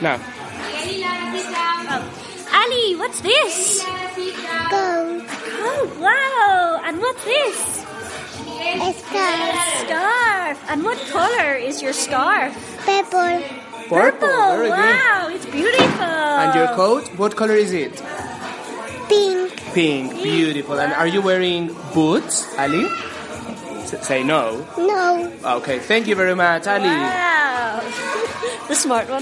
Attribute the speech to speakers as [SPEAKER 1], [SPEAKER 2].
[SPEAKER 1] No.
[SPEAKER 2] Ali, what's this?
[SPEAKER 3] Gold.
[SPEAKER 2] Oh, wow. And what's this?
[SPEAKER 3] A scarf.
[SPEAKER 2] Scarf. And what color is your scarf? Oh,
[SPEAKER 3] Purple.
[SPEAKER 1] Purple. Very good.
[SPEAKER 2] Wow, it's beautiful.
[SPEAKER 1] And your coat? What color is it?
[SPEAKER 3] Pink.
[SPEAKER 1] Pink. Beautiful. And are you wearing boots, Ali? S- say no.
[SPEAKER 3] No.
[SPEAKER 1] Okay. Thank you very much, Ali.
[SPEAKER 2] Wow. the smart one.